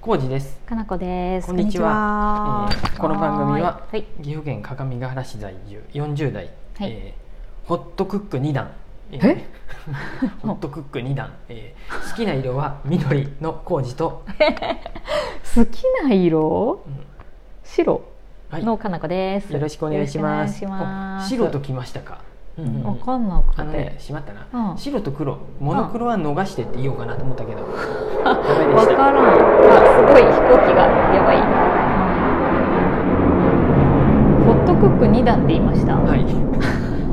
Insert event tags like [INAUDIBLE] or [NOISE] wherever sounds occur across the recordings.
浩二です、かなこです。こんにちえはーこの番組はーい岐阜県各務原市在住40代、はいえーホットクック2段、ええ [LAUGHS] ホットクック2段、えー好きな色は緑の浩二と、好きな色うん白はい、のかなこです。よろしくお願いしますよろしくお願いしますお白ときましたか、うんうんうんわかんなくあのねて。しまったな、うん白と黒モノクロは逃してって言おうかなと思った [LAUGHS] けどダメでわしかたらん。あ、すごい飛行機がやばい。うんホットクック二段で言いました。はい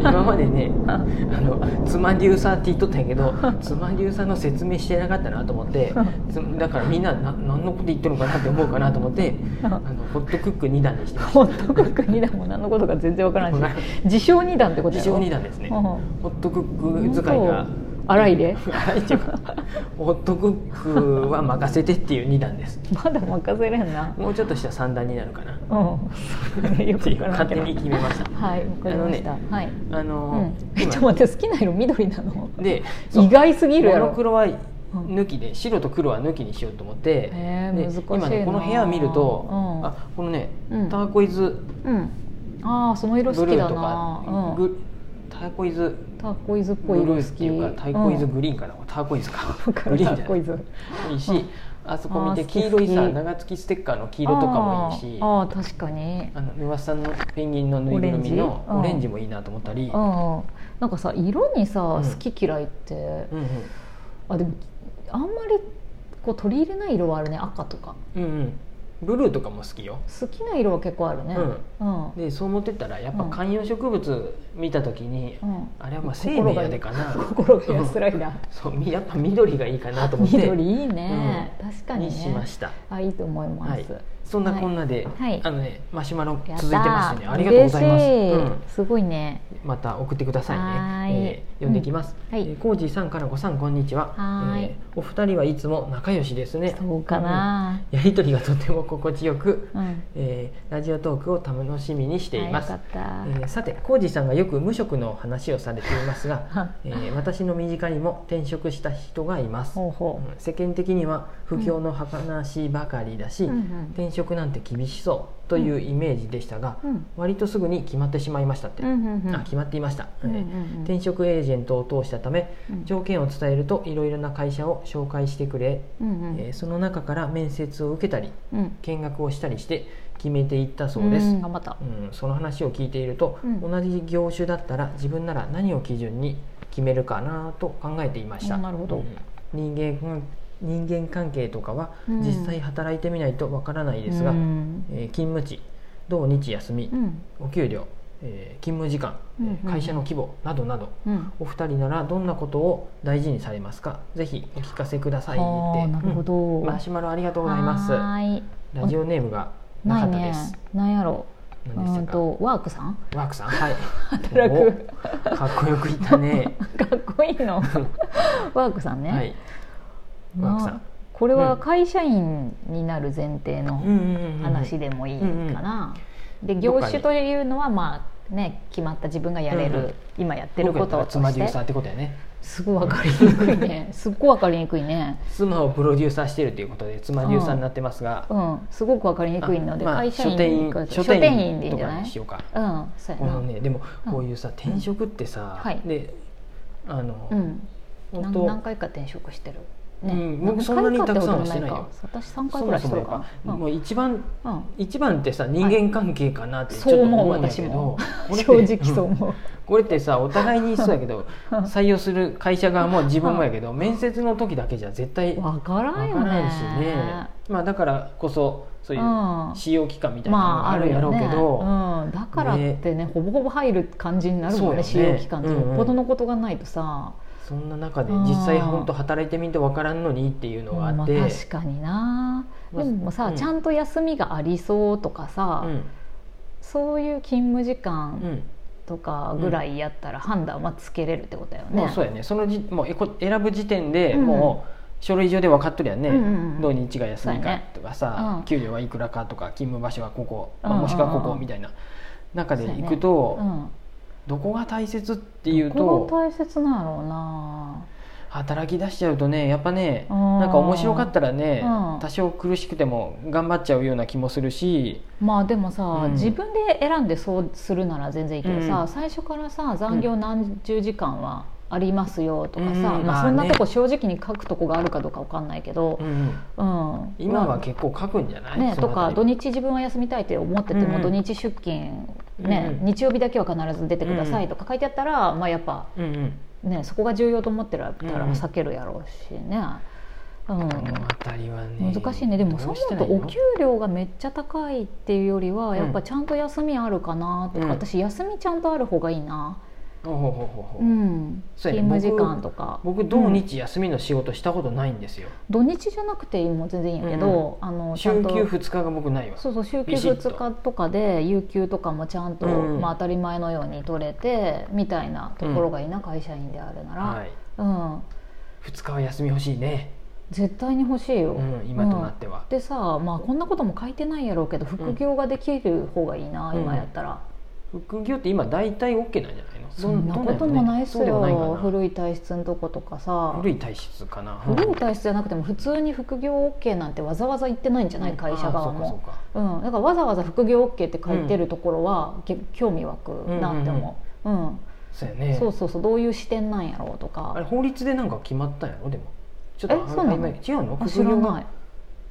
今までねあの妻デューサーって言っとったんやけ [LAUGHS] ど妻デューサーの説明してなかったなと思ってつだからみんなな何のこと言っとるのかなって思うかなと思ってあのホットクック2段にしてましホットクック二段も何のことか全然わからんしわからん、自称二段ってたことや自ろ。称2段ですねうんホットクック使いが本当荒いで荒いって [LAUGHS] いうかホットクックは任せてっていう2段ですまだ任せれんな。もうちょっとしたら3段になるかなうん。 [LAUGHS] よってくいうわからん勝け手ど。に決めましたはい、わかりましあた。のはい。あのえ今ちょっと待って好きな色緑なのでそう意外すぎるやモノろクロは抜きで白と黒は抜きにしようと思って、へーで難しいな今ねこの部屋見ると、うんあこのね、うんターコイズうんああそのブル色好きーだとか、な、うん、グターコイズターコイズっブぽいル色好ーきっていうかターコイズうんグリーンかな、ターコイズかわかグるリターンじーゃコなイいズいいし、うんあそこ見あてー好き黄色いさ好き長月ステッカーの黄色とかもいいしあーあー確かにあの沼津さんのペンギンのぬいぐるみのオレンジうんオレンジもいいなと思ったり、うんうんなんかさ色にさ、うん好き嫌いってうんあでもあんまりこう取り入れない色はあるね赤とかうんうん、ブルーとかも好きよ。好きな色は結構あるねうん、うんでそう思ってたらやっぱうん観葉植物見た時に、あれはまあ生命やでかな心が安らいだそうみやっぱ緑がいいかなと思って緑いいね、確かにねにしましたあいいと思います、はいそんなこんなで、はいあのねマシュマロやったー続いてますねありがとうございます、嬉しういんすごいねまた送ってくださいねはーいえー読んでいきます、うんはいえーコージーさんからごさんこんにちははーいえーお二人はいつも仲良しですねそうかな、やりとりがとても心地よく、うんえーラジオトークを楽しみにしていますあよかえっーさて浩二さんがよく無職の話をされています [LAUGHS] た、が、えー私の身近にも転職した人がいます、うほうほん世間的には不況の話ばかりだし、う、うん転職なんて厳しそうというイメージでしたが、うん割とすぐに決まってしまいましたって、うんうんうんあ決まっていました、うんうんえーうん転職エージェントを通したためうん条件を伝えるといろいろな会社を紹介してくれ、うんうんえーその中から面接を受けたりうん見学をしたりして決めていったそうです、ん頑張ったうん、その話を聞いていると、うん同じ業種だったら自分なら何を基準に決めるかなと考えていました、うんなるほどうん人間関人間関係とかはうん実際働いてみないとわからないですが、うんえー勤務地同日休み、うんお給料、えー勤務時間、えーうんうん会社の規模などなどうんお二人ならどんなことを大事にされますかぜひお聞かせくださいっあーてなるほど、うんマシュマロありがとうございますはーいラジオネームがなかないったでねす、なんやろう何でしーたんかとワークさんワークさんはい働くおかっこよく言ったねかっこいい [LAUGHS] のワークさん [LAUGHS] ね、はいまあワークさんこれは会社員になる前提の話ででもいいかな、で業種というのはまあね決まった自分がやれる、うんうん今やってることをはと妻しデューサーっててことやねすごい分かりにくいね [LAUGHS] すっごい分かりにくいね妻をプロデューサーしてるということで妻デューサーになってますが、うんすごく分かりにくいので、まあ会社員書店員に行く書書店店員で員いいんとじゃかなにいしようかうんそうやこな、のねでもうんこういうさ転職ってさ、はいであの、うん本何当何回か転職してるね、うん何僕そんなに回かってことたくさんはしてないよか私三回そぐもらいしそてもやるっかぱ、なもう一番うんうん一番ってさ人間関係かなってちょっそうと思思ううんやけ私ども正直んそう思うこれってさお互いにそうやけ [LAUGHS] ど採用する会社側も自分もやけど面接の時だけじゃ絶対わ分からんよかねらんしねまあだからこそそういううん使用期間みたいなのまがあああるるんやろようねけど、うん、だからってねほぼほぼ入る感じになるもんねそ使うよね用期間ってうんうんよっぽどのことがないとさ、そんな中で実際うん本当働いてみてわからんのにっていうのがまああ、って、確かになまであもさ、うんちゃんと休みがありそうとかさ、うんそういう勤務時う間んとかぐらいやったら判断はつけれるってことだよね、まあそうやねそのじもうえこ選ぶ時点でうんもう書類上で分かっとるやんね、うんうんうん土日が休みそうやかねとかさ、うん給料はいくらかとか勤務場所はここ、まあうんうんうもんしくはここみたいな中で行くと、うん、どこが大切っていうことこが大切なんやろうな働き出しちゃうとねやっぱねうんなんか面白かったらね、うん多少苦しくても頑張っちゃうような気もするしまあでもさ、うん自分で選んでそうするなら全然いいけどさ、うん最初からさ残業何十時間はありますよとかさ、うんまあまあねそんなとこ正直に書くとこがあるかどうかわかんないけどう、んうん今は結構書くんじゃない、ね、そとのあかたり土日自分は休みたいって思っててうんうもん土日出勤、ねうんうん日曜日だけは必ず出てくださいとか書いてあったら、まあ、やっぱ、うんうんね、そこが重要と思ってたらうん避けるやろうしね、うこのん、辺りはね難しいねでもそう思うとお給料料がめっちゃ高いっていうよりはやっぱちゃんと休みあるかなとか、うん私休みちゃんとある方がいいな、ほうほうほうほうう、ん、そう勤やね務時間とか僕土日休みの仕事したことないんですよ、土日じゃなくても全然いいんやけど、あのちゃ週ん休と2日が僕ないわそうそう週休ビシッと2日とかで有給とかもちゃんと、うんまあ、当たり前のように取れてみたいなところがいいな、会社員であるなら、はいうん、 2日は休み欲しいね、絶対に欲しいよ、うん、今となっては、でさ、まあ、こんなことも書いてないやろうけど副業ができる方がいいな、うん今やったら、副業って今大体 OK なんじゃないのそんなこともないっすそうでもないかよな古い体質のとことかさ古い体質かな古い体質じゃなくても普通に副業 OK なんてわざわざ言ってないんじゃない、会社側も。うんああうん、だからわざわざ副業 OK って書いてるところは、け興味湧くなって思う、うんそうかそうかそうやねそうそうそうどういう視点なんやろうとかあれ法律でなんか決まったんやろでもちょっとえそうなの曖昧違うのあ副知ら業ながい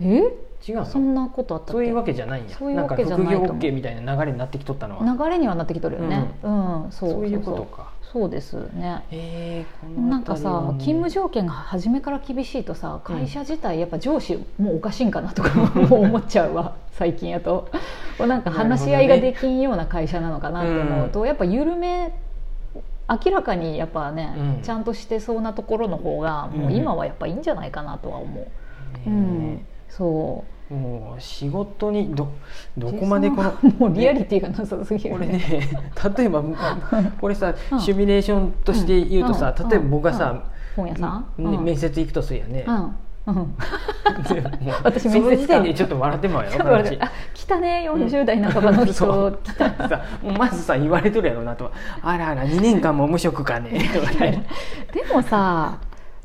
え違うのそんなことあったっそうけいうわけじゃないんやそういうわけじゃないんとか思う副業 OK みたいな流れになってきとったのは流れにはなってきとるよねうん、そうそういうことかそうそうですねえーこのなんかさ辺りはね勤務条件が初めから厳しいとさうん会社自体やっぱ上司もうおかしいんかなとかもう思っちゃうわ [LAUGHS] 最近やともうなんか話し合いができんような会社なのかなって思うと、やっぱ緩め明らかにやっぱね、うんちゃんとしてそうなところの方がもう今はやっぱいいんじゃないかなとは思う、うんね、そもう仕事にどうどこまでこのもうリアリティがなさすぎこるれね [LAUGHS] 例えば [LAUGHS] これさうんシミュレーションとして言うとさうん例えば僕がうんさ本屋さん、ね面接行くとするやね [LAUGHS] うん、うん、でもう私面接その時点でちょっと笑って [LAUGHS] まうやろこっちあ来たね40代半ばの [LAUGHS] 人、そう来たさもうまずさ言われとるやろうなとはあらあら2年間も無職かねとか [LAUGHS] ねでもさ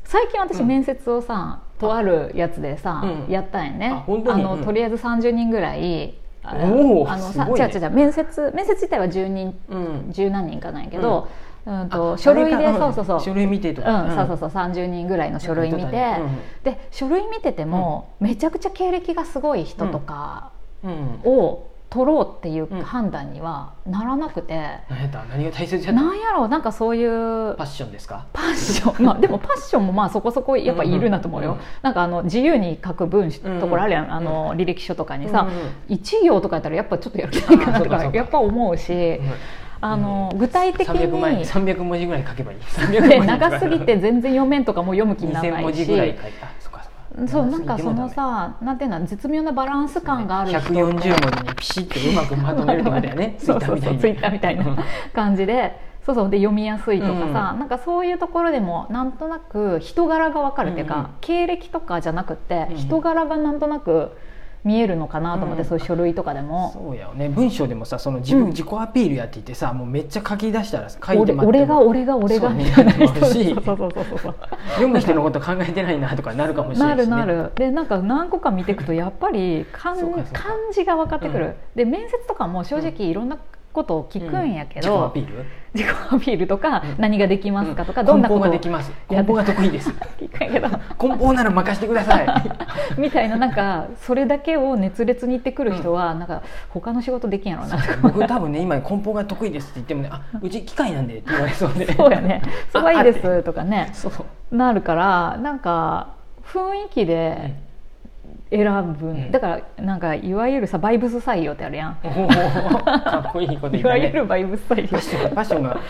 最近私うん面接をさ、とあるやつでさ、うんやったんやねあ本当にのうんとりあえず30人ぐらいあおーあのさすごいね違う違う違う面接面接自体は10人うん十何人かなんやけど、うん、あと書類あでれかそうそうそう、書類見てとうかん、そうそうそう30人ぐらいの書類見て、で書類見てても、めちゃくちゃ経歴がすごい人とかうんうんを取ろうっていううん判断にはならなくて、何やった何が大切じゃなんやろうなんかそういうパッションですかパッション、まあ、 [LAUGHS] でもパッションもまあそこそこやっぱいるなと思うよ、うんうんなんかあの自由に書く文章、うんうんところあるやんあの履歴書とかにさ、うんうん一行とかやったらやっぱちょっとやる気ないかなあそとうかそかうかやっぱ思うし、あの具体的に、 300枚300文字ぐらい書け [LAUGHS] ばいいね300文字長すぎて全然読めんとかも読む気になら2000ない文字しぐらい書いたあそっかそっかそうな長すぎてもダんかそメのさなんていうの絶妙なバランス感がある人140文字にピシッとうまくまとめるってことだよね [LAUGHS] そうそうそうツイッターみたいうんな感じでそうそうで読みやすいとかさ、うんなんかそういうところでもなんとなく人柄がわかるっていうか、うんうん経歴とかじゃなくてうんうん人柄がなんとなく見えるのかなと思って、うんそういう書類とかでも。そうやよね文章でもさその自分うん自己アピールやって言ってさ、もうめっちゃ書き出したらさ書いて待俺って俺がも俺が俺がそうねみたいな人なるしそうそうそうそうそう読む人のこと考えてないなとかなるかもしれななし、ね、いるなるでなんか何個か見ていくとやっぱり漢そうかそうか漢字が分かってくる、うんで面接とかも正直いろんなことを聞くんやけど、うん自己アピール自己アピールとか、うん何ができますかとか、うんどんなこ梱包がとをできます梱包が得意です聞くんやけど梱包なら任せてくだ [LAUGHS] さいみたいななんかそれだけを熱烈に言ってくる人は、なんか他の仕事できんやろうなとか僕多分ね今梱包が得意ですって言ってもねあうち機械なんでって言われそうでそうやねあそばいいであっすとかねてそうなるからなんか雰囲気うでん選ぶ、んだからなんかいわゆるさバイブス採用ってあるやん、おーかっこいいこと言っいたわゆねるバイブス採パ用ッションがパッションが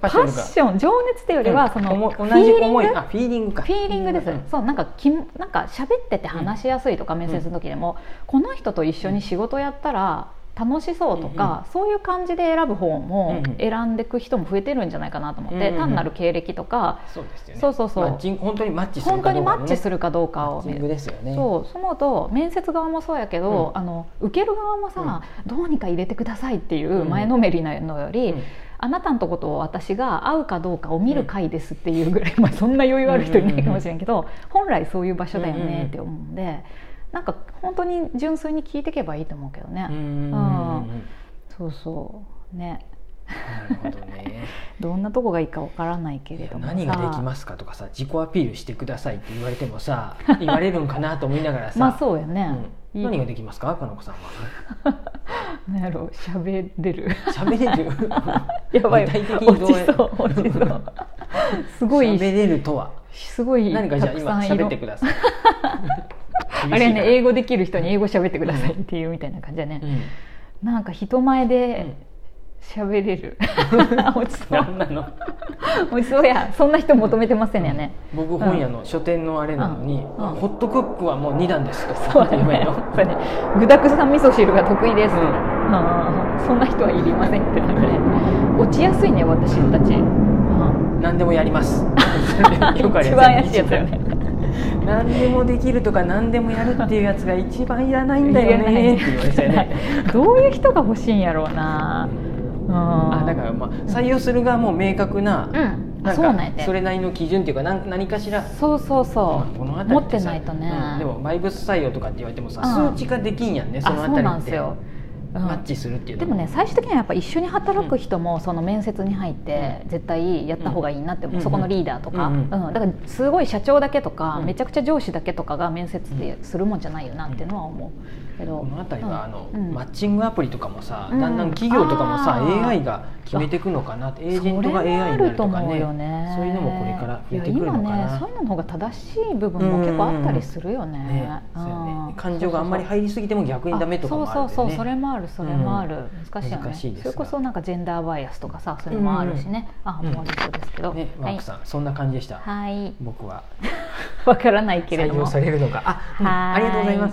パパッションッがション情熱っていうよりは、そのうんフ同ィじーリン思いグあフィーリングかフィーリングです、うんそうなんかきなんか喋ってて話しやすいとか、面接の時でも、この人と一緒に仕事やったら楽しそうとか、そういう感じで選ぶ方も、うんうん選んでく人も増えてるんじゃないかなと思って、うんうん単なる経歴とかそうですよねそうそうそうマッチング本当にマッチする本当かにどうかマのねッチするかどうかマッをチ見ンるグですよねそうそう思うと面接側もそうやけど、うんあの受ける側もさ、どうにか入れてくださいっていう前のめりなのより、うんあなたのとこと私が合うかどうかを見る会ですっていう [LAUGHS] ぐらい、まあ、そんな余裕ある人いないかもしれんけど、本来そういう場所だよねって思うんで、なんか本当に純粋に聞いていけばいいと思うけどね。うんうんうんうんそうそうねなるほどねどんなとこがいいかわからないけいれやどもさ何ができますかとかさ自己アピールしてくださいって言われても [LAUGHS] さ言われるんかなと思いながらさ、まあそうやね、うんいい何ができますかかのこさんはなんやろ喋れる喋れる [LAUGHS] やばい具体的に落どちうやそう落ちそう [LAUGHS] すご喋いれるとはすごい何かじゃあたく今さん喋色ってください [LAUGHS] あれやね英語語できる人に英語喋ってくださいっていうみたいな感じだね、なんか人前で喋れ [LAUGHS] る、落ちそ何うなの落ちそうやそんな人求めてませんよね、僕本屋の書店のあれなのに、うんうんホットクックはもう2段ですとそうだ言えばいいねのそうだね具だくさん味噌汁が得意です、うんああそんな人はいりませんってなるね落ちやすいね私たち、うん何でもやります [LAUGHS] よくある一番怪しいやつだよね何でもできるとか何でもやるっていうやつが一番いらないんだよねって言われてね [LAUGHS] どういう人が欲しいんやろうな、うん、 [LAUGHS] あだかからまあ採用する側も明確な,、うんなんそうなんかやてそれなりの基準っていうか何何かしらそうそうまあそう、この辺持りってさないとね、うんでもバイブス採用とかって言われてもさう数ん値化できんやんねそあのそあうたりなっんでてすよ、うんマッチするっていうでのもね最終的にはやっぱ一緒に働く人もその面接に入って絶対やった方がいいなって思う、うんそこのリーダーとか、うんうんうんだからすごい社長だけとか、うんめちゃくちゃ上司だけとかが面接でするもんじゃないよなっていうのは思うけど、この辺りはあの、うんマッチングアプリとかもさ、うんだんだん企業とかもさあー AI が決めていくのかなってエージェントがそれも AI にあなるるととか思うねよねそういうのもこれから増えてくるのかいや今ねなそういうのの方が正しい部分も結構あったりするよね,うん、ねそうよね感情があんまり入りすぎても逆にダメとかもあるんそうでそうねそうそれもあるそれもある、難しいよね難しいですそがれこそなんかジェンダーバイアスとかさそれもあるしね、あうんもうそうですけど、ねはマいークさん、そんな感じでしたはい僕はわからないけれ採ど用もされるのかあ、うんはーいありがとうございます